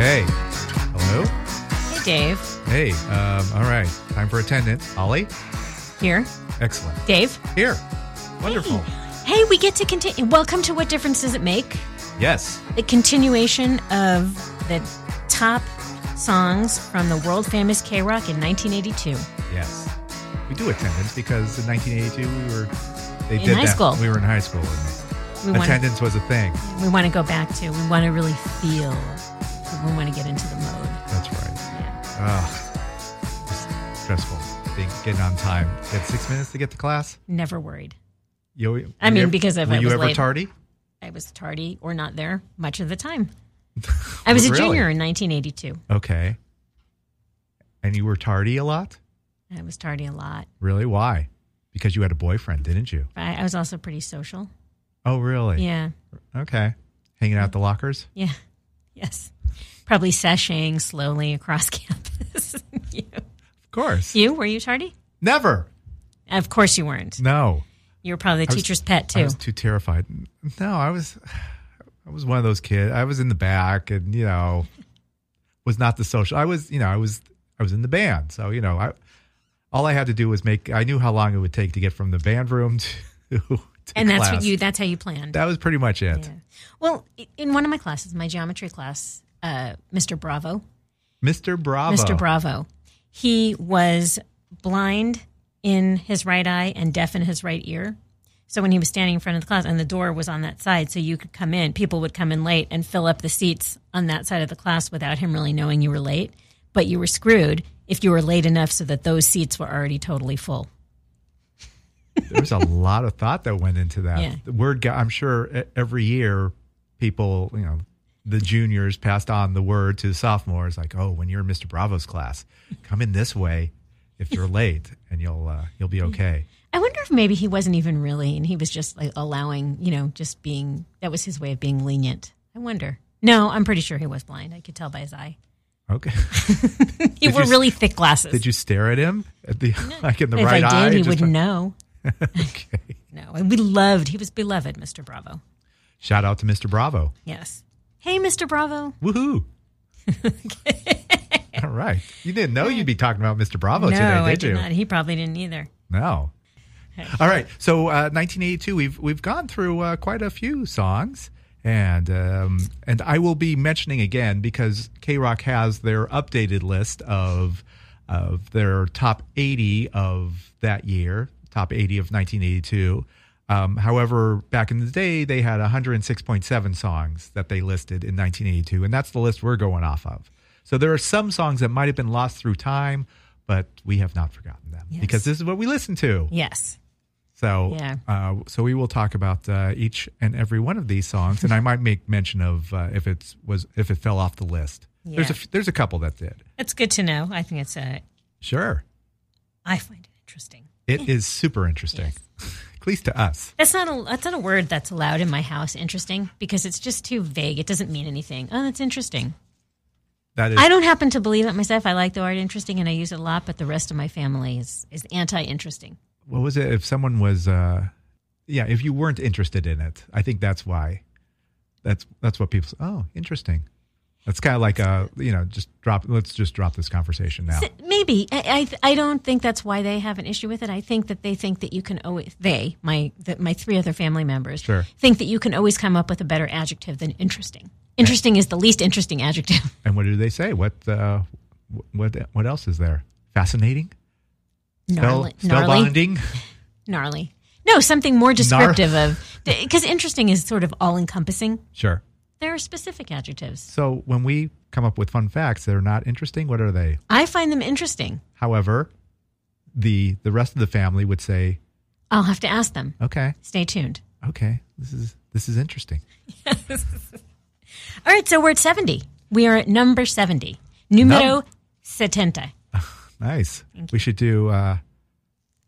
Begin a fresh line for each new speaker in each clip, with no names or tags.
Okay. Hello.
Hey, Dave.
Hey. Um, all right. Time for attendant. Ollie.
Here.
Excellent.
Dave.
Here. Wonderful.
Hey, we get to continue. Welcome to What Difference Does It Make?
Yes.
The continuation of the top songs from the world famous K Rock in 1982.
Yes. We do attendance because in 1982 we were they
In
did
high
that.
school.
We were in high school. And
We want
attendance was a thing.
we want to go back to. We want to really feel. We want to get into the mode.
That's right.
Yeah.
Ugh. Just stressful. Being, getting on time. You had six minutes to get to class.
Never worried.
You, were
I mean,
you ever-
because if
were
I
you
was
ever
late-
tardy?
I was tardy or not there much of the time. I was a
Really?
junior in 1982.
Okay. And you were tardy a lot.
I was tardy a lot.
Really? Why? Because you had a boyfriend, didn't you?
I, I was also pretty social.
Oh, really?
Yeah.
Okay. Hanging out the lockers.
Yeah. Yes. Probably seshing slowly across campus. you,
Of course.
you were you tardy?
Never.
Of course you weren't.
No.
You were probably the
I was-
teacher's pet
I
too.
was too terrified. No, I was I was one of those kids. I was in the back and you know was not the social. I was, you know, I was I was in the band. So, you know, I all I had to do was make I knew how long it would take to get from the band room to, to
and that's what
class.
you that's how you planned.
That was pretty much it.
Yeah. Well, i- in one of my classes, my geometry class, uh, Mr. Bravo,
Mr. Bravo.
Mr. Bravo, he was blind in his right eye and deaf in his right ear. So when he was standing in front of the class, and the door was on that side, so you could come in, people would come in late and fill up the seats on that side of the class without him really knowing you were late. But you were screwed if you were late enough so that those seats were already totally full.
there was a lot of thought that went into that.
Yeah.
The word got, I'm sure e- every year people, you know, the juniors passed on the word to the sophomores like, "Oh, when you're in Mr. Bravo's class, come in this way if you're late and you'll uh, you'll be okay."
I wonder if maybe he wasn't even really, and he was just like allowing, you know, just being, that was his way of being lenient. I wonder. No, I'm pretty sure he was blind. I could tell by his eye.
Okay.
He
Did
wore
you s-
really thick glasses.
did you stare at him at the like in the
if
right
I
eye?
did, he
Just
wouldn't
like-
know.
okay.
No, and we loved. He was beloved, Mr. Bravo.
Shout out to Mr. Bravo.
Yes. Hey, Mr. Bravo.
Woohoo. All right. You didn't know you'd be talking about Mr. Bravo
no,
today, Oh, did
I did
you?
not. He probably didn't either.
No. All right. So uh, 1982. We've we've gone through uh, quite a few songs, and um, and I will be mentioning again because K Rock has their updated list of of their top 80 of that year, top 80 of 1982. Um, however, back in the day, they had 106.7 songs that they listed in 1982, and that's the list we're going off of. So there are some songs that might have been lost through time, but we have not forgotten them
Yes.
because this is what we listen to.
Yes.
So,
Yeah.
uh, so we will talk about uh, each and every one of these songs, and I might make mention of uh, if it was if it fell off the list. There's a
Yeah.
f- there's a couple that did.
That's good to know. I think it's a,
Sure,
I find it interesting.
it is super interesting, at least to us.
That's not a that's not a word that's allowed in my house. Interesting because it's just too vague. It doesn't mean anything. Oh, that's interesting.
That is
I don't happen to believe it myself. I like the word interesting and I use it a lot, but the rest of my family is is anti interesting.
what was it? If someone was, uh, yeah, if you weren't interested in it, I think that's why. That's that's what people. Say. Oh, interesting. That's kind of like a you know just drop. Let's just drop this conversation now.
Maybe I, I I don't think that's why they have an issue with it. I think that they think that you can always they my the, my three other family members
Sure.
think that you can always come up with a better adjective than interesting. Interesting is the least interesting adjective.
And what do they say? What uh, wh- what what else is there? Fascinating.
Gnarly,
Spell,
gnarly,
spellbinding.
gnarly. No, something more descriptive of because interesting is sort of all encompassing.
Sure.
There are specific adjectives.
So when we come up with fun facts that are not interesting. What are they?
I find them interesting.
However, the the rest of the family would say,
I'll have to ask them.
"Okay,
Stay tuned.
okay, this is this is interesting."
All right, so we're at 70. We are at number 70. Numero
Num-
70.
Nice. We should do uh,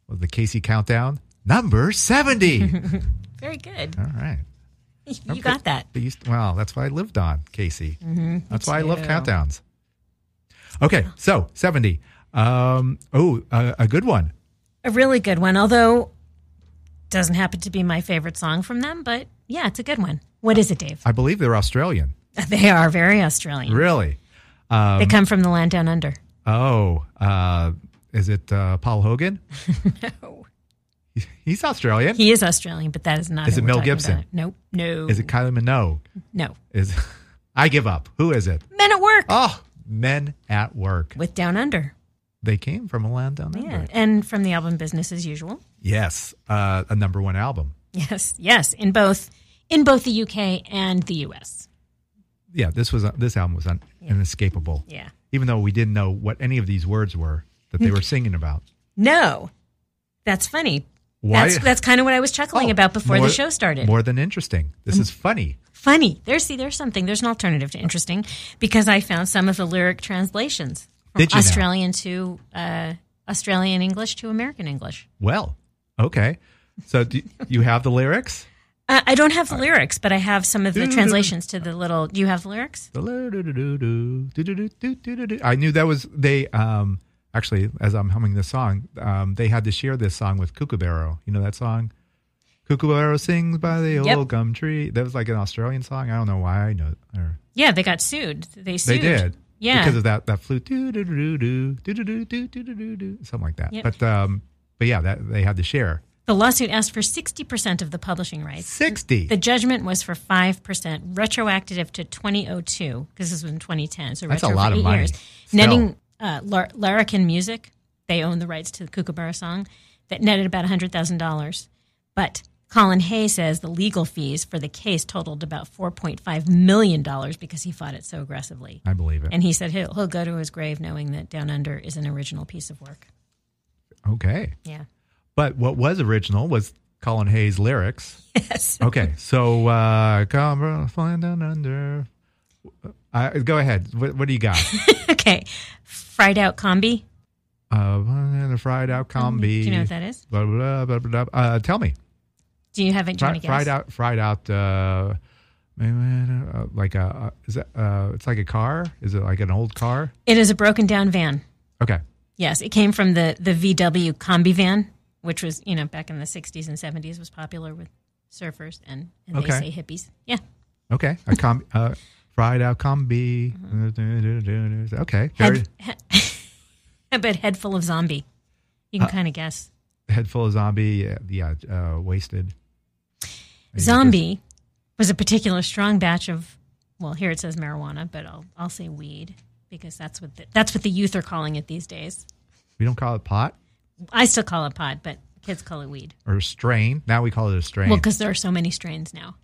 well, the Casey countdown number seventy.
Very good.
All right.
You got that.
But you, wow, that's what I lived on, Casey. that's why I love
too.
countdowns. Okay, so 70. Um, oh, uh, a good one.
A really good one, although doesn't happen to be my favorite song from them, but yeah, it's a good one. What is it, Dave?
I believe they're Australian.
They are very Australian.
Really?
they come from the land down under.
Oh, uh, is it uh, Paul Hogan?
No.
He's Australian.
He is Australian, but that is not.
Is
who
it
we're
Mel
talking
Gibson?
about. Nope. No.
is it Kylie Minogue?
No.
Is I give up. Who is it?
Men at Work
Oh, Men at Work.
with Down Under.
They came from a land down under.
Yeah. And from the album Business as Usual.
Yes, uh, a number one album.
Yes. Yes. In both in both the UK and the US.
Yeah, this was this album was un- inescapable.
Yeah.
even though we didn't know what any of these words were that they were singing about.
No. That's funny.
Why- Oh,
That's that's kind of what I was chuckling about before
More-
the show started. Um,
More than interesting. This is funny.
funny. There's see, there's something. There's an alternative to interesting because I found some of the lyric translations from
Did you now?
Australian to uh, Australian English to American English.
Well, okay. So do you have the lyrics?
Uh, I don't have the lyrics, but I have some of the
Mm-hmm.
translations to the little. Do you have the lyrics?
I knew that was they. Um, actually, as I'm humming this song, um, they had to share this song with Kookaburra. You know that song. Kookaburra sings by the old
Yep.
gum tree. That was like an Australian song. I don't know why I know. Or
Yeah, they got sued. They
They
sued.
did.
Yeah.
Because of that that flute do do do do do do do do do do something like that.
Yep.
But um but yeah, that they had to share.
the lawsuit asked for 60% of the publishing rights.
60.
The judgment was for 5%, retroactive to 2002, because this was in 2010. So
That's a
retro for
lot of
eight
money.
Years.
Still.
Netting uh, Lar- Larrikin Music, they own the rights to the Kookaburra song, that netted about $100,000. But Colin Hay says the legal fees for the case totaled about $4.5 million because he fought it so aggressively.
I believe it.
And he said he'll, he'll go to his grave knowing that Down Under is an original piece of work.
okay.
Yeah.
But what was original was Colin Hay's lyrics.
Yes.
Okay. so uh come on, flying down under. Uh, go ahead. What, what do you got?
okay. Fried out combi.
uh, and a fried out combi.
Um, Do you know what that is?
Blah, blah, blah, blah, blah. Uh, tell me.
Do you have it? Do
Fri-
you wanna guess?
fried out, fried out. Uh, uh, like a is that uh, it's like a car? Is it like an old car?
It is a broken down van.
Okay,
Yes, it came from the the VW combi van, which was you know back in the '60s and '70s was popular with surfers and, and
Okay.
they say hippies. Yeah,
okay. A com- uh, fried out combi.
Mm-hmm.
Okay, very
head, he- but head full of zombie. You can kind of guess.
head full of zombie. Yeah, yeah uh, wasted.
Zombie was a particular strong batch of well, here it says marijuana, but I'll I'll say weed because that's what the, that's what the youth are calling it these days.
We don't call it pot
I still call it pod, but kids call it weed.
or strain. Now we call it a strain.
Well, because there are so many strains now.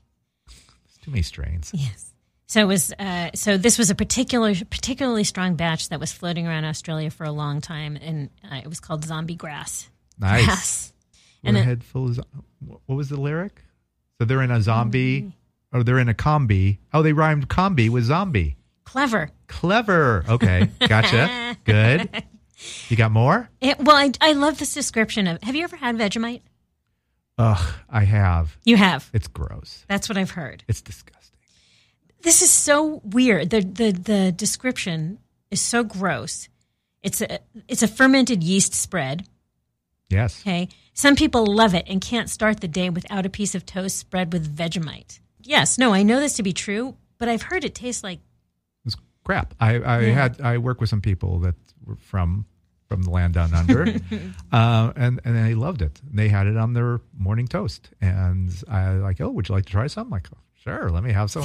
There's too many strains.
Yes. So it was. Uh, so this was a particular, particularly strong batch that was floating around Australia for a long time, and uh, it was called zombie grass.
Nice.
Grass.
We're
And it-
head full of. zo- What was the lyric? So they're in a zombie, or they're in a combi. Oh, they rhymed combi with zombie.
Clever.
Clever. Okay. Gotcha. Good. You got more?
It, well, I, I love this description of. Have you ever had Vegemite?
Ugh, I have.
You have.
It's gross.
That's what I've heard.
It's disgusting.
This is so weird. The the the description is so gross. It's a it's a fermented yeast spread.
Yes.
Okay. Some people love it and can't start the day without a piece of toast spread with Vegemite. Yes, no, I know this to be true, but I've heard it tastes like
It's crap. I, I had I work with some people that were from from the land down under. uh, and and they loved it. They had it on their morning toast. And I like, "Oh, would you like to try some?" like, "Sure, let me have some."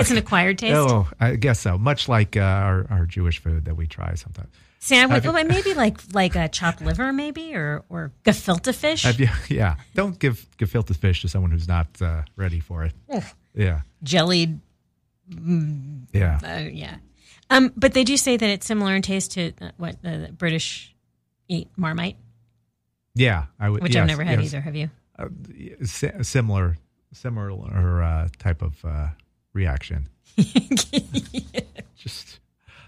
it's an acquired taste.
oh, I guess so. Much like uh, our our Jewish food that we try sometimes.
See, I would, well, maybe like like a chopped liver, maybe or or gefilte fish.
Have you, yeah. Don't give gefilte fish to someone who's not uh, ready for it. Yeah.
jellied
Yeah.
uh, yeah. Um, but they do say that it's similar in taste to uh, what uh, the British eat, Marmite,
Yeah. I would.
which
yes,
I've never had
yes. Uh,
either. Have you?
Si- similar, similar uh, type of uh, reaction. Just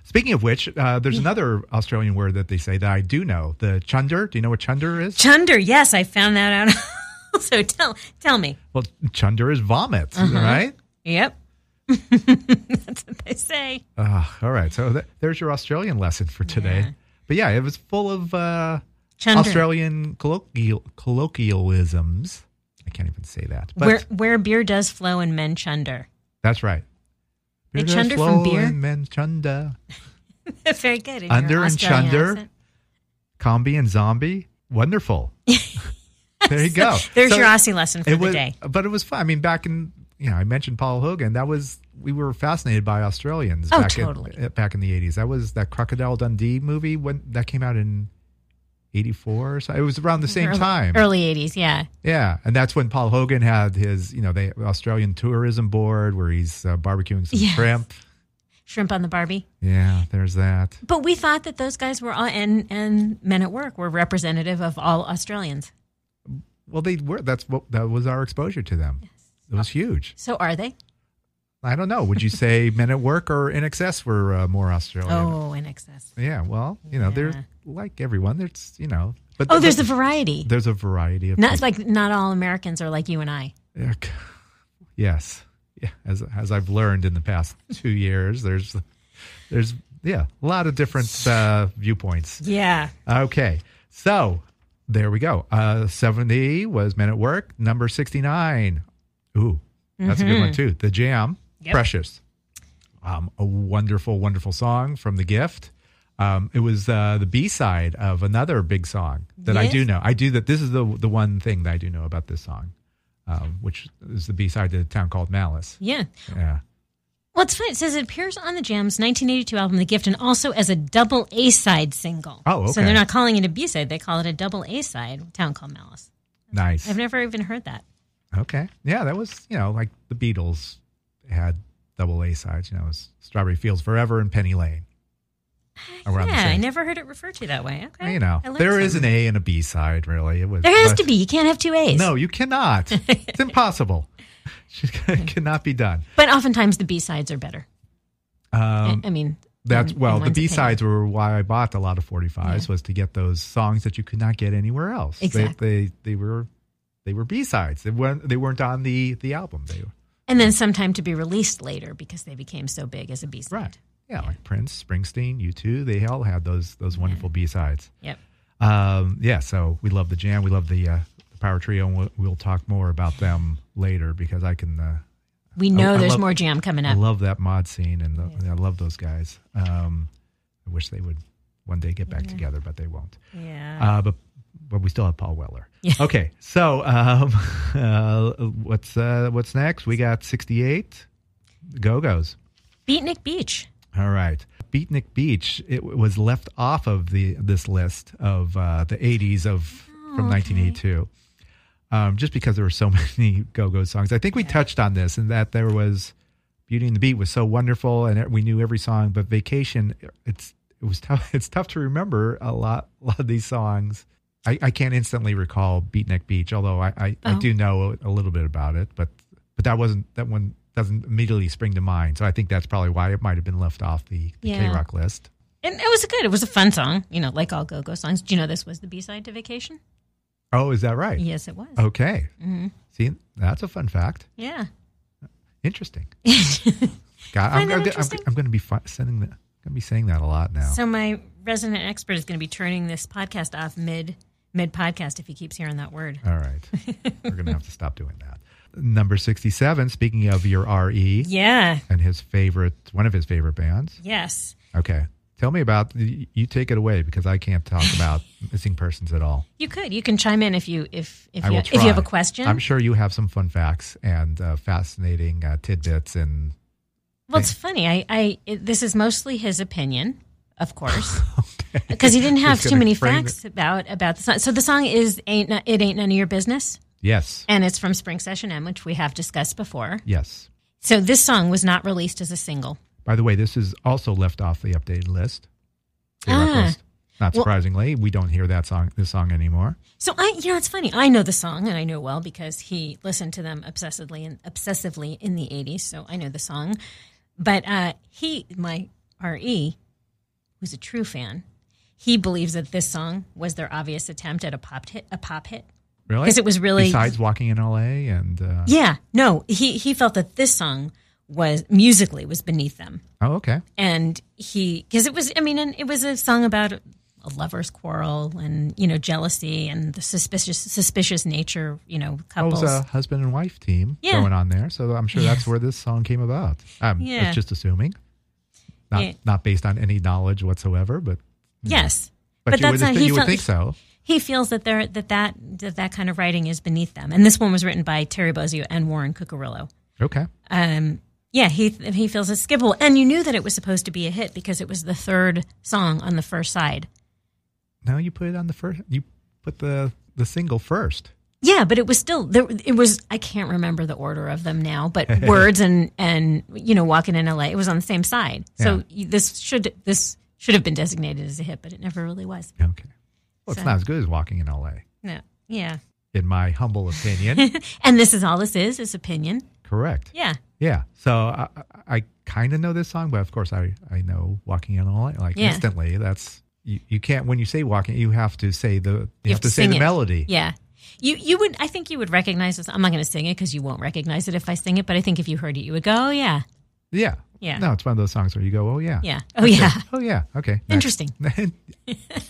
speaking of which, uh, there's
Mm.
another Australian word that they say that I do know. The chunder. Do you know what chunder is?
Chunder, yes, I found that out. also, tell tell me.
well, chunder is vomit,
Mm-hmm.
right?
Yep, that's what they say.
Uh, all right. So th- there's your Australian lesson for today. But yeah, it was full of uh,
Chunder.
Australian colloquial- colloquialisms. I can't even say that. But
where where beer does flow and men chunder.
that's right.
They
Beer does
chunder from
flow
beer?
and men chunder.
Very good. in your
Under and
Australian
Uh, chunder.
accent.
Combi and zombie. Wonderful. there you go.
There's
So
your Aussie lesson for
it
the
was,
day.
But it was fun. I mean, back in you know, I mentioned Paul Hogan. That was we were fascinated by Australians
Oh,
back
totally.
in, eh, back in the eighties. That was that Crocodile Dundee movie when that came out in eighty four or so. It was around the same
Early-
time.
Early 80s, yeah.
Yeah, and that's when Paul Hogan had his, you know, the Australian Tourism Board where he's uh, barbecuing some
Yes.
shrimp.
Shrimp on the Barbie.
Yeah, there's that.
But we thought that those guys were all, and and Men at Work were representative of all Australians.
Well, they were. That's what that was our exposure to them. It was huge.
So are they?
I don't know. Would you say Men at Work or In Excess were uh, more Australian?
Oh, in excess.
Yeah, well, you know,
Yeah.
they're like everyone. There's, you know, but
Oh, there's a variety.
there's a variety of
Not like not all Americans are like you and I.
people. yes, yeah. As as I've learned in the past two years, there's there's yeah a lot of different uh, viewpoints.
Yeah.
Okay, so there we go. Uh, Seventy was Men at Work. Number sixty nine. Ooh, that's a good one too. The Jam,
Mm-hmm. Yep.
Precious. Um, a wonderful, wonderful song from The Gift. Um, it was uh, the B side of another big song that I
Yes.
do know. I do that. This is the the one thing that I do know about this song, um, which is the B side to a town called Malice.
Yeah.
Yeah.
Well, it's funny. It says it appears on the Jam's 1982 album, The Gift, and also as a double A side single.
Oh,
So
okay.
they're not calling it a B side. They call it a double A side, Town Called Malice.
Nice.
I've never even heard that.
Okay. Yeah, that was, you know, like the Beatles had double A sides, you know, it was Strawberry Fields Forever and Penny Lane. Around
Uh, yeah, I
same-
never heard it referred to that way. Okay.
You know,
I learned
there is an
something.
A and a B side, really. It was
There has
but-
to be. You can't have two A's.
No, you cannot. it's impossible. It cannot be done.
But oftentimes the B sides are better. I-
Um,
I mean,
that's
in-
well,
in
the
one's
B
opinion.
sides were why I bought a lot of 45s was to get those songs that you could not get anywhere else. They- They,
Exactly.
they were they were B sides. They weren't they weren't on the the album. They were
And then sometime to be released later because they became so big as a B side.
Right. Yeah, like Prince, Springsteen, you too. They all had those those wonderful B sides.
Yep.
Um, yeah, so we love the jam. We love the, uh, the Power Trio, and we'll, we'll talk more about them later because I can. Uh,
We know
I
there's
love-
more jam coming
I
up.
love that mod scene, and, the, and I love those guys. Um, I wish they would one day get back together, but they won't.
yeah.
Uh, but but we still have Paul Weller. Okay, so um, uh, what's uh, what's next? We got sixty eight. Go Go's.
Beatnik Beach.
All right. Beatnik Beach it w- was left off of the this list of uh, the 80s of from 1982. Um, just because there were so many go-go songs. I think we touched on this and that there was Beauty and the Beat was so wonderful and it- we knew every song, but Vacation e-, it's it was tough it's tough to remember a lot a lot of these songs. I, I can't instantly recall Beatnik Beach, although I, I, I
Oh.
do know a little bit about it, but but that wasn't that one doesn't immediately spring to mind. So I think that's probably why it might have been left off the, the
Yeah.
K Rock list.
And it was good. It was a fun song, you know, like all go go songs. Do you know this was the B side to Vacation?
Oh, is that right?
Yes, Mm-hmm. it was.
Okay. See, that's a fun fact.
Yeah.
Interesting. God, I'm,
Find that
gonna- I'm,
interesting?
I'm going to be fi- sending that. I'm going to be saying that a lot now.
So my resident expert is going to be turning this podcast off mid mid podcast if he keeps hearing that word.
All right, we're going to have to stop doing that. Number sixty-seven. Speaking of your RE
Yeah.
and his favorite, one of his favorite bands.
Yes.
Okay, tell me about. You you take it away because I can't talk about missing persons at all.
You could. You can chime in if you if if
I
you
will
if you have a
try.
question.
I'm sure you have some fun facts and uh, fascinating uh, tidbits and
Well, it's funny. I, I it, this is mostly his opinion, of course, because he didn't have
He's
too
gonna
many
frame
facts about about the song. So the song is ain't No- it ain't none of your business,
yes,
and it's from Spring Session M, which we have discussed before.
yes,
So this song was not released as a single.
By the way, this is also left off the updated list. K Rock
Ah.
list. Not
Well-
surprisingly, we don't hear that song, this song anymore.
So I, you know, it's funny. I know the song and I know it well because he listened to them obsessively and obsessively in the '80s. So I know the song, but uh, he, my re, who's a true fan, he believes that this song was their obvious attempt at a pop hit. A pop hit.
Really?
'Cause it was really-
Besides Walking in L.A. and... Uh,
Yeah. No, he he felt that this song was musically was beneath them,
Oh, okay.
and he because it was. I mean, and it was a song about a lover's quarrel and you know jealousy and the suspicious suspicious nature. You know,
That
couples.
was a husband and wife team
Yeah.
going on there. So I'm sure that's
Yes.
where this song came about. I'm
Yeah.
just assuming. Not,
Yeah.
not based on any knowledge whatsoever, but...
Yes.
But, you, would,
he
you would
felt-
think so.
He feels that there that that, that that kind of writing is beneath them. And this one was written by Terry Bozzio and Warren Cucurullo.
Okay.
Um, yeah, he he feels it's skippable. And you knew that it was supposed to be a hit because it was the third song on the first side.
Now you put it on the first... You put the, the single first.
Yeah, but it was still there. It was I can't remember the order of them now, but words and and you know walking in L.A. It was on the same side. So you this should this should have been designated as a hit, but it never really was.
Okay. Well, it's
So-
not as good as Walking in L.A.,
No, yeah.
in my humble opinion.
And this is all this is is opinion.
Correct.
Yeah.
Yeah. So I, I- I kind of know this song, but of course I, I know Walking in all like
Yeah.
instantly. That's you, you can't when you say walking, you have to say the you, have, to, say
sing
the
it.
melody.
Yeah. You you would I think you would recognize this. I'm not going to sing it because you won't recognize it if I sing it. But I think if you heard it, you would go, oh yeah,
Yeah.
Yeah.
No, it's one of those songs where you go, oh yeah,
yeah, oh yeah.
oh yeah, okay. next.
Interesting.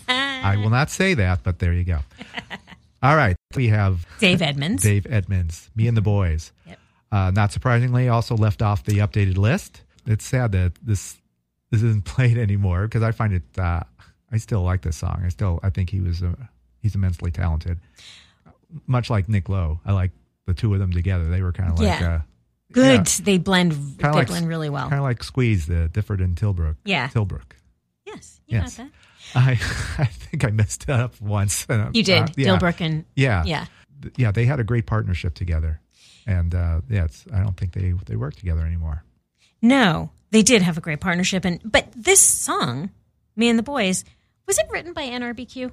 I will not say that, but there you go. All right, we have
Dave Edmonds.
Dave Edmonds, Me and the Boys.
Yep.
Uh, not surprisingly, also left off the updated list. It's sad that this this isn't played anymore because I find it. Uh, I still like this song. I still I think he was uh, he's immensely talented. Much like Nick Lowe, I like the two of them together. They were kind of like
Yeah.
uh,
Good. They blend. They
like-
blend really well.
kind of like Squeeze, the Difford and Tilbrook.
Yeah.
Tilbrook.
yes. You
Yes.
got that.
I I think I messed up once.
You did.
Uh, yeah.
Dilbrook and
Yeah.
yeah.
th- yeah, they had a great partnership together, and uh, yeah, it's, I don't think they they work together anymore.
No, they did have a great partnership. And but this song, "Me and the Boys," was it written by NRBQ?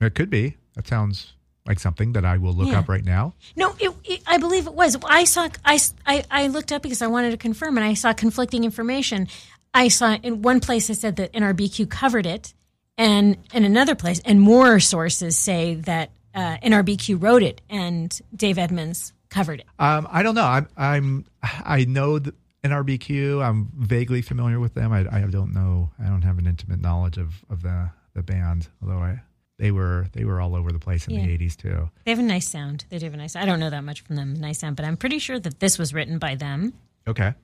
It could be. That sounds like something that I will look
Yeah.
up right now.
No, it, it, I believe it was. I saw. I, I I looked up because I wanted to confirm, and I saw conflicting information. I saw in one place it said that NRBQ covered it, and in another place, and more sources say that uh, NRBQ wrote it and Dave Edmonds covered it.
Um, I don't know. I'm I'm I know the NRBQ. I'm vaguely familiar with them. I, I don't know. I don't have an intimate knowledge of of the the band, although I they were they were all over the place in
Yeah.
the '80s too.
They have a nice sound. They do have a nice. I don't know that much from them, nice sound, but I'm pretty sure that this was written by them.
Okay.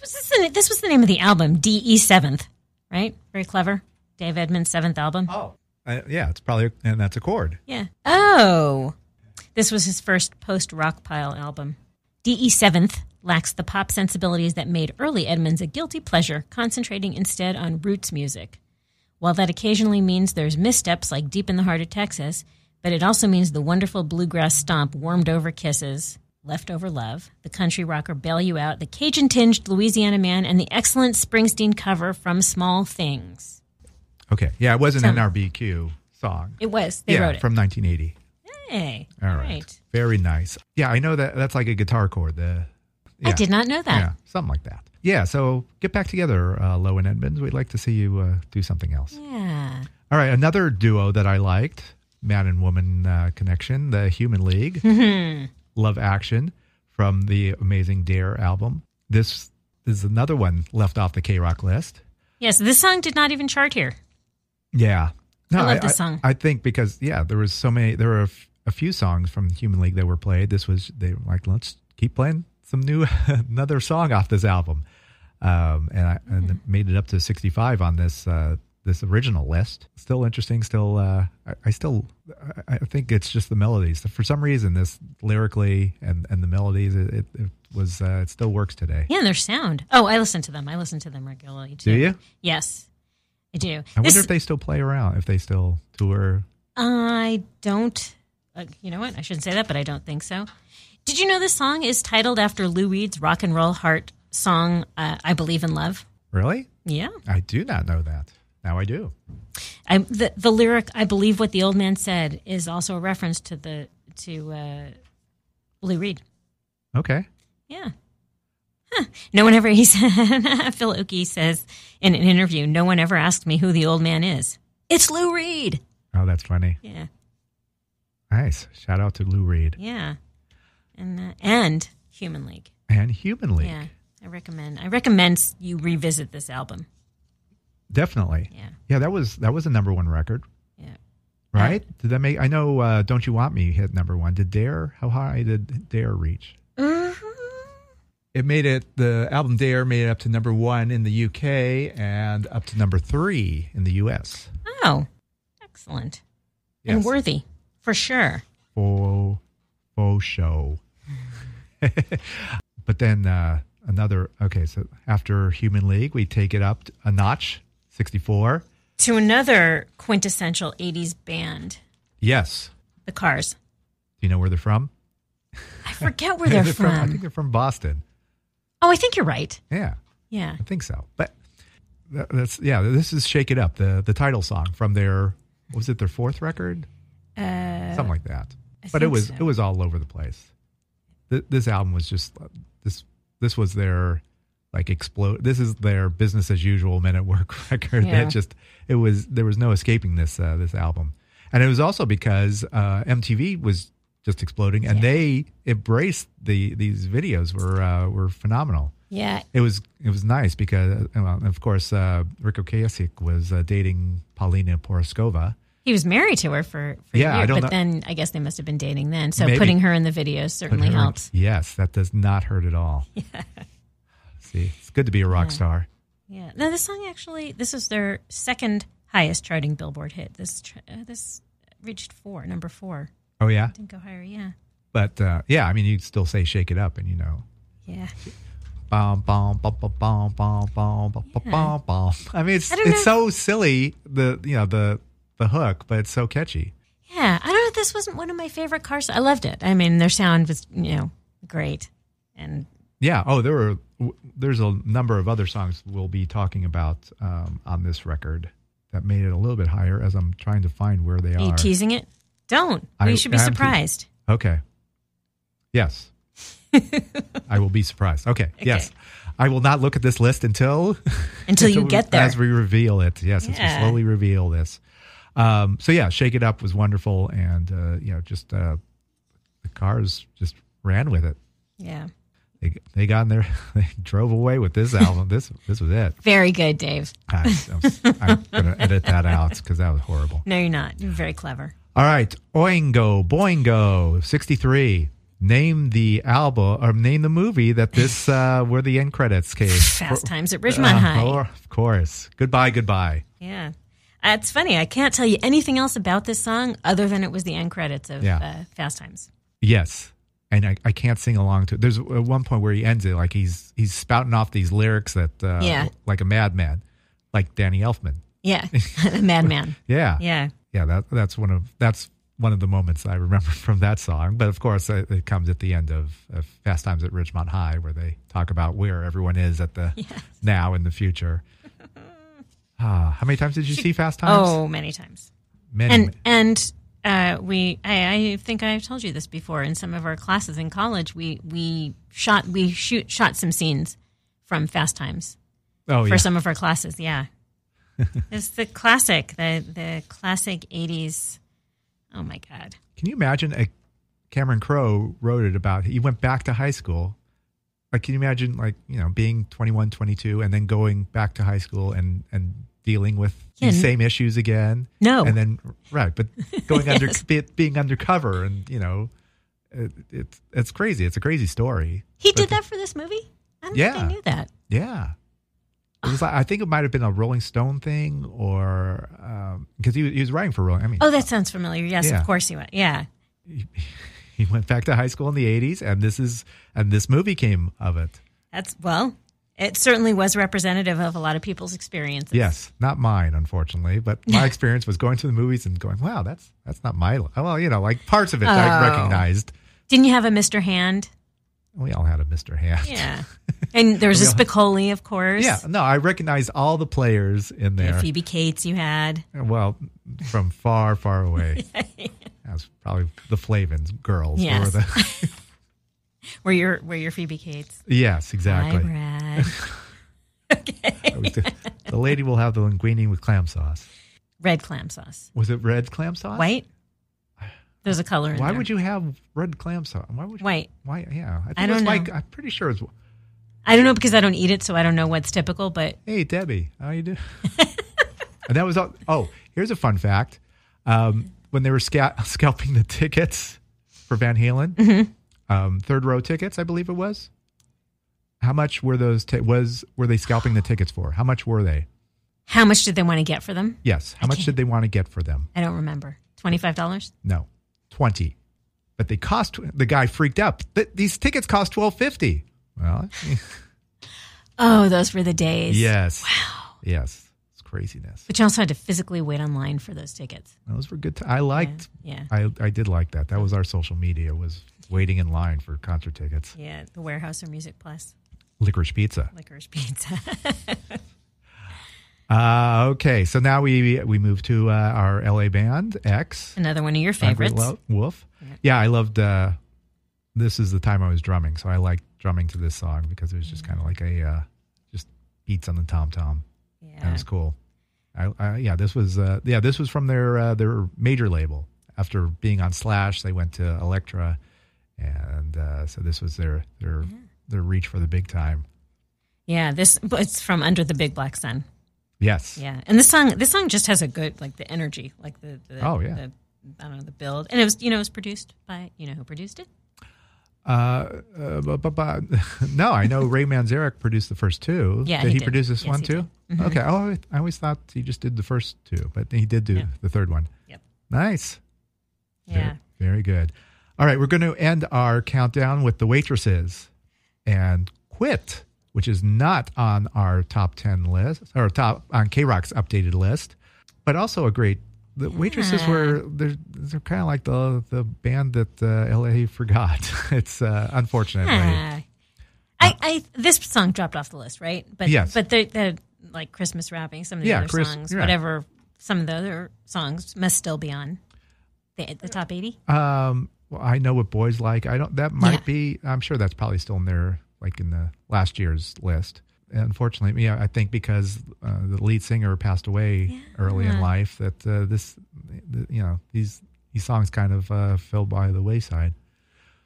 This was the, this was the name of the album, DE Seventh, right? Very clever, Dave Edmonds' seventh album.
Oh. Uh, yeah, it's probably and that's a chord.
Yeah. Oh. This was his first post rock pile album. DE Seventh lacks the pop sensibilities that made early Edmonds a guilty pleasure, concentrating instead on roots music. While that occasionally means there's missteps like Deep in the Heart of Texas, but it also means the wonderful bluegrass stomp warmed over kisses, leftover love, the country rocker bail you out, the Cajun tinged Louisiana man, and the excellent Springsteen cover from Small Things.
Okay. Yeah, it was an
Some-
NRBQ song.
It was. They
yeah,
wrote it.
from 1980.
hey.
All right. Very nice. Yeah, I know that that's like a guitar chord. The
I did not know that.
Yeah, something like that. Yeah, so get back together, uh, Lowe and Edmonds. We'd like to see you uh, do something else.
Yeah.
All right, another duo that I liked, man and woman uh, connection, the Human League,
Hmm.
Love Action from the amazing Dare album. This is another one left off the K Rock list.
Yes, this song did not even chart here.
Yeah. No,
I love this song.
I, think because yeah, there was so many. There were a, f- a few songs from Human League that were played. This was they were like let's keep playing some new another song off this album, um, and I and
Hmm.
it made it up to sixty five on this uh, this original list. Still interesting. Still, uh, I, I still I, I think it's just the melodies. For some reason, this lyrically and and the melodies it, it, it was uh, it still works today.
Yeah, and their sound. Oh, I listen to them. I listen to them regularly too.
Do you?
Yes, I do.
I
This-
wonder if they still play around. If they still tour.
I don't. Uh, you know what? I shouldn't say that, but I don't think so. Did you know this song is titled after Lou Reed's rock and roll heart song, uh, I Believe in Love?
Really?
Yeah.
I do not know that. Now I do.
I, the, the lyric, I believe what the old man said, is also a reference to the to uh, Lou Reed.
Okay.
Yeah. Huh. No one ever, he said, Phil Oakey says in an interview, no one ever asked me who the old man is. It's Lou Reed.
Oh, that's funny.
Yeah.
Nice. Shout out to Lou Reed
Yeah. And, uh, and Human League.
and Human League.
Yeah. I recommend, I recommend you revisit this album.
Definitely.
Yeah.
Yeah, that was that was a number one record,
Yeah.
right? Did that make? I know. Uh, Don't you want me hit number one? Did Dare? How high did Dare reach?
Mm-hmm.
It made it. The album Dare made it up to number one in the UK and up to number three in the US.
Oh, excellent. And
Yes.
worthy, for sure.
Faux, faux show. but then uh, another. Okay, so after Human League, we take it up a notch, sixty-four.
To another quintessential 80s band,
Yes.
The Cars.
Do you know where they're from?
I forget where they're from.
I think they're from Boston.
oh, I think you're right.
Yeah.
Yeah.
I think so. But that, that's yeah. This is "Shake It Up," the the title song from their what was it their fourth record,
Uh,
something like that.
I
but it
think
was
so.
it was all over the place. Th- this album was just this this was their like explode. This is their business as usual men at work record.
Yeah.
That just it was there was no escaping this uh, this album, and it was also because uh, MTV was just exploding, and they embraced the these videos were uh, were phenomenal.
yeah.
It was it was nice because, well, of course, uh, Rico Kasich was uh, dating Paulina Poroskova.
He was married to her for, for
Yeah, I
years,
don't
but
know-
then I guess they must have been dating then. So
Maybe.
putting her in the video
But
certainly
her-
helps.
Yes, that does not hurt at all. See, it's good to be a rock star.
Yeah. Now this song actually, this is their second highest charting Billboard hit. This tr- uh, this reached four, number four.
Oh yeah,
Didn't go higher. Yeah.
but uh, yeah, I mean, you'd still say "Shake It Up," and you know,
Yeah.
bom bom bom bom bom bom bom bom bom, bom bom. I mean, it's
I don't
it's so silly the you know the the hook, but it's so catchy.
Yeah. I don't know. This wasn't one of my favorite cars. I loved it. I mean, their sound was you know great, and
Yeah. Oh, there were w- there's a number of other songs we'll be talking about um, on this record that made it a little bit higher. As I'm trying to find where they
are you
are.
teasing it? Don't.
I-
we should be
I'm te-
surprised.
Okay. Yes. I will be surprised. Okay. Yes. I will not look at this list until
Until you
we-
get there.
As we reveal it. Yes. As
Yeah.
we slowly reveal this. Um, so yeah, Shake It Up was wonderful, and uh, you know, just uh, the cars just ran with it.
Yeah.
They they got in there, they drove away with this album. this this was it.
Very good, Dave.
I, I'm, I'm going to edit that out because that was horrible.
No, you're not. You're very clever.
All right, Oingo Boingo, sixty-three. Name the album or name the movie that this uh, where the end credits came.
Fast Times at
Uh,
Ridgemont High.
or- of course. Goodbye, goodbye.
Yeah. Uh, It's funny. I can't tell you anything else about this song other than it was the end credits of
Yeah.
uh, Fast Times.
Yes, and I, I can't sing along to. it. There's at one point where he ends it like he's he's spouting off these lyrics that uh,
Yeah.
like a madman, like Danny Elfman.
Yeah. Madman.
Yeah,
Yeah.
yeah. That that's one of that's one of the moments I remember from that song. But of course, it, it comes at the end of, of Fast Times at Ridgemont High, where they talk about where everyone is at the now and the future. Ah, how many times did you see Fast Times?
Oh, many times.
many.
And and uh, we I, I think I've told you this before in some of our classes in college we we shot we shoot shot some scenes from Fast Times
oh,
for
yeah.
some of our classes, yeah. it's the classic, the the classic 80s. Oh my god.
Can you imagine? A, Cameron Crowe wrote it about. He went back to high school. Like, can you imagine, like, you know, being 21, 22, and then going back to high school and and dealing with
Yeah,
the
n-
same issues again?
No.
and then right, but going under be, being undercover, and you know, it, it's it's crazy. It's a crazy story.
He
But
did that for this movie? I don't think
Yeah.
I knew that.
Yeah. It was like, I think it might have been a Rolling Stone thing, or because he, was- he was writing for Rolling. I mean,
Oh, that sounds familiar. Yes,
Yeah.
of course you went. Yeah.
he went back to high school in the '80s, and this is and this movie came of it.
That's well, it certainly was representative of a lot of people's experiences.
Yes, not mine, unfortunately, but my experience was going to the movies and going, "Wow, that's that's not my." li-" Well, you know, like parts of it I
Oh.
recognized,
Didn't you have a Mr. Hand?
We all had a Mr. Hand.
Yeah. And there was a Spicoli, of course.
Yeah, no, I recognize all the players in there.
Phoebe Cates you had.
Well, from far, far away. That's probably the Flavins girls. who
Yes.
Were the,
Were your were your Phoebe Cates.
yes,
Hi,
exactly.
Brad.
the the lady will have the linguine with clam sauce.
Red clam sauce.
Was it red clam sauce?
White? There's a color in
Why
there.
would you have red clam sauce? Why would you,
White.
Why? Yeah, I, think
don't
it's
know.
Like, I'm pretty sure it's.
I don't know because I don't eat it, so I don't know what's typical, but
Hey Debbie, how you doing? and that was all. Oh, here's a fun fact. Um, when they were sca- scalping the tickets for Van Halen, um, third row tickets, I believe it was. How much were those? T- was were they scalping the tickets for? How much were they?
how much did they want to get for them?
Yes. How much did they want to get for them?
I don't remember. Twenty five dollars?
No, twenty. But they cost. The guy freaked out. Th- these tickets cost twelve fifty. Well,
Oh, those were the days.
yes. Wow. Yes. It's craziness.
But you also had to physically wait online for those tickets.
Those were good. T- I liked.
Yeah.
I I did like that. That was our social media was waiting in line for concert tickets.
Yeah. The warehouse or music plus
Licorice pizza.
licorice pizza.
Uh, okay, so now we we move to uh, our LA band X.
Another one of your
By Great
favorites.
Lo- Wolf. Yeah, I loved. Uh, this is the time I was drumming, so I liked drumming to this song because it was just kind of like a uh, just beats on the tom tom. That
yeah.
was cool. I, I, yeah, this was uh, yeah, this was from their uh, their major label. After being on Slash, they went to Elektra, and uh, so this was their their
Mm-hmm.
their reach for the big time.
Yeah. This but it's from Under the Big Black Sun.
Yes,
Yeah, and this song, this song just has a good like the energy, like the, the
Oh, yeah.
the, I don't know the build, and it was you know it was produced by you know who produced it.
Uh, uh, but, but, but no, I know Ray Manzarek produced the first two.
Yeah,
did he,
he did.
produce this
Yes,
one
he Mm-hmm.
too? Okay, I always, I always thought he just did the first two, but he did do
Yeah.
the third one.
Yep.
Nice. Ver-
Yeah,
Very, good. All right, we're going to end our countdown with the waitresses and quit, which is not on our top 10 list or top on K Rock's updated list, but also a great. The waitresses
Yeah.
were they're they're kind of like the the band that uh, LA forgot. It's uh, unfortunately
Ah. I, I this song dropped off the list, right? But
Uh, Yes.
but the, the like Christmas wrapping, some of the
Yeah,
other
Chris-
songs,
yeah.
whatever, some of the other songs must still be on the, the top eighty.
Um, well, I know what boys like. I don't. That might
Yeah.
be. I'm sure that's probably still in there, like in the last year's list. Unfortunately, yeah, I think because uh, the lead singer passed away early in
Uh-huh.
life, that uh, this, the, you know, these these songs kind of uh, fell by the wayside.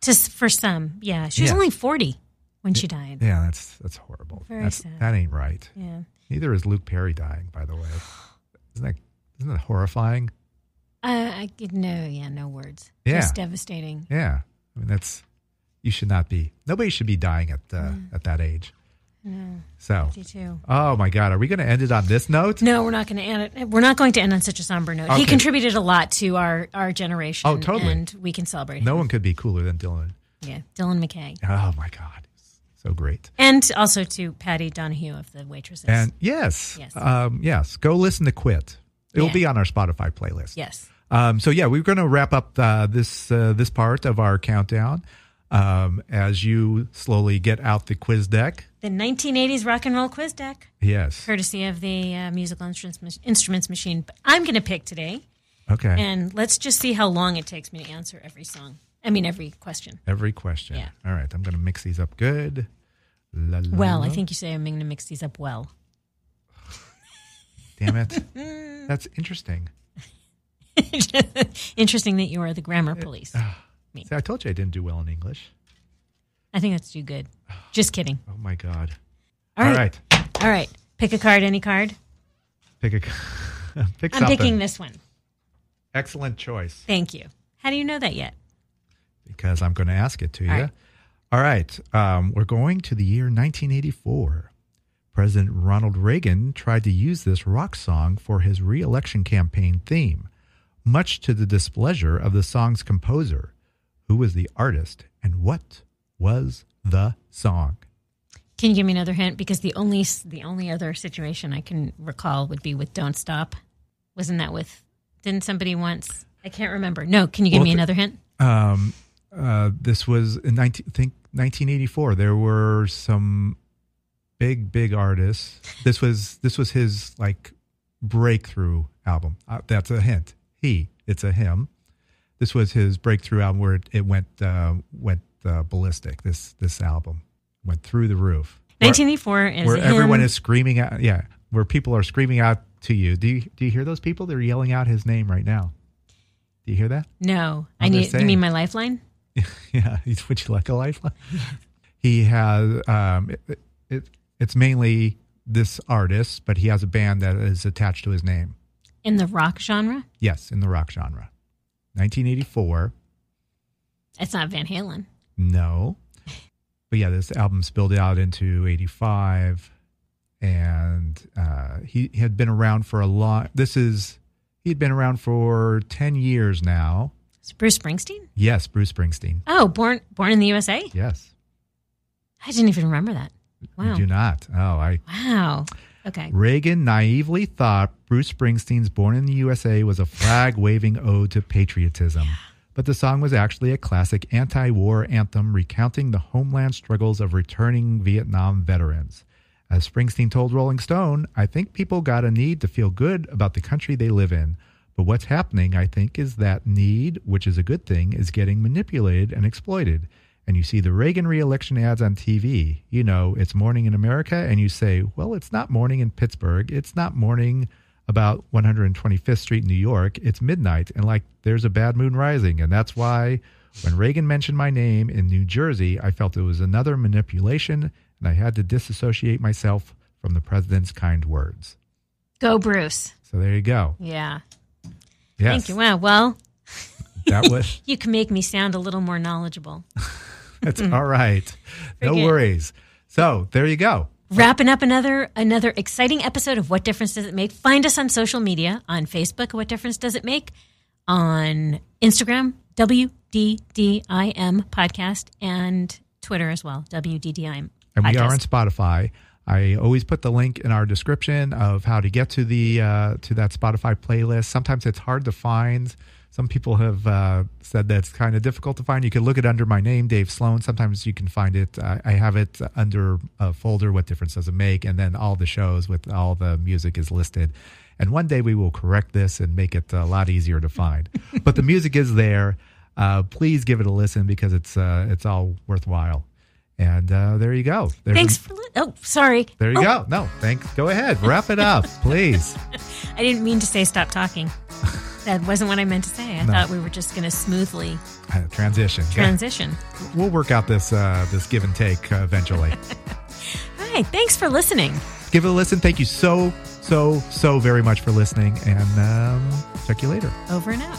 Just for some, yeah. She was
Yeah.
only forty when she died.
Yeah, that's that's horrible.
Very
that's,
sad.
That ain't right.
Yeah.
Neither is Luke Perry dying, by the way. Isn't that isn't that horrifying?
Uh, I could no, yeah, no words.
Yeah.
Just devastating.
Yeah, I mean that's you should not be. Nobody should be dying at uh, at that age.
Mm. No,
So
you too.
Oh my God, are we going to end it on this note?
No, we're not going to end it. We're not going to end on such a somber note.
Okay.
He contributed a lot to our our generation.
Oh, totally.
And we can celebrate.
No
him.
one could be cooler than Dylan.
Yeah, Dylan McKay,
Oh my God, so great.
and also to Patty Donahue of the waitresses.
And yes,
Yes.
Um, yes, go listen to Quit. It'll
Yeah.
be on our Spotify playlist.
yes,
Um, so yeah, we're going to wrap up uh, this uh, this part of our countdown um, as you slowly get out the quiz deck.
the 1980s rock and roll quiz deck,
Yes.
courtesy of the uh, musical instruments Mach- instruments machine. But I'm going to pick today,
Okay.
and let's just see how long it takes me to answer every song. I mean, every question.
Every question.
Yeah.
All right, I'm going to mix these up good. La, la,
Well, I
la.
think you say I'm going to mix these up well.
Damn it. That's interesting.
Interesting that you are the grammar
Uh,
police.
See, I told you I didn't do well in English.
I think that's too good. Just kidding.
Oh my God.
All
All
right.
right.
All right. Pick a card, any card.
Pick a pick
I'm
something.
picking this one.
Excellent choice
Thank you. How do you know that yet?
because I'm going to ask it to you.
All
All right, um, we're going to the year 1984. President Ronald Reagan tried to use this rock song for his reelection campaign theme, much to the displeasure of the song's composer. Who was the artist and what was the song?
Can you give me another hint? Because the only the only other situation I can recall would be with "Don't Stop." Wasn't that with? Didn't somebody once? I can't remember. No. Can you give
Well,
me
the-
another hint?
Um, uh, this was in 19, I think 1984. There were some big, big artists. This was this was his like breakthrough album. Uh, that's a hint. He, it's a him. This was his breakthrough album where it, it went uh, went uh, ballistic. This this album went through the roof. Where-
1984 is
where
him.
everyone is screaming out. Yeah, where people are screaming out to you. Do you do you hear those people? They're yelling out his name right now. Do you hear that?
No, I
I'm
need.
just
You mean
saying.
my lifeline?
yeah. he's- Would you like a lifeline? he has. Um, it, it, it's mainly this artist, but he has a band that is attached to his name.
In the rock genre,
Yes, in the rock genre. 1984.
it's not Van Halen.
No. But yeah, this album spilled out into 85. And uh, he he had been around for a long. This is, he'd been around for 10 years now.
It's Bruce Springsteen.
Yes, Bruce Springsteen.
Oh, born born in the USA.
Yes.
I didn't even remember that.
You
Wow.
do not. Oh, I.
Wow. Okay.
Reagan naively thought Bruce Springsteen's Born in the USA was a flag waving ode to patriotism. But the song was actually a classic anti war anthem recounting the homeland struggles of returning Vietnam veterans. As Springsteen told Rolling Stone, I think people got a need to feel good about the country they live in. But what's happening, I think, is that need, which is a good thing, is getting manipulated and exploited. And you see the Reagan reelection ads on TV. You know, it's morning in America, and you say, well, it's not morning in Pittsburgh. It's not morning about 125th Street in New York. It's midnight, and like there's a bad moon rising. And that's why when Reagan mentioned my name in New Jersey, I felt it was another manipulation, and I had to disassociate myself from the president's kind words.
Go Bruce.
So there you go.
Yeah.
Yes,
Thank you. Wow. Well,
that was
you can make me sound a little more knowledgeable.
that's all right. No
Mm. Forget-
worries. So there you go.
Wrapping up another another exciting episode of What Difference Does It Make? Find us on social media on Facebook. What difference does it make? On Instagram, WDDIM podcast, and Twitter as well, WDDIM.
And we are
podcast.
on Spotify. I always put the link in our description of how to get to the uh, to that Spotify playlist. Sometimes it's hard to find. Some people have uh, said that's kind of difficult to find. You can look it under my name, Dave Sloan. Sometimes you can find it. I, I have it under a folder. What difference does it make? And then all the shows with all the music is listed. And one day we will correct this and make it a lot easier to find. but the music is there. Uh, please give it a listen because it's uh, it's all worthwhile. And uh, there you go. There's
Thanks for. Li- oh, sorry.
there you
Oh,
go. No, thanks. Go ahead. Wrap it up, please.
I didn't mean to say stop talking. That wasn't what I meant to say. I
No.
thought we were just going to smoothly
Uh, transition.
transition.
We'll work out this uh, this give and take uh, eventually.
All right. Thanks for listening.
give it a listen. Thank you so so so very much for listening, and um, check you later.
Over and out.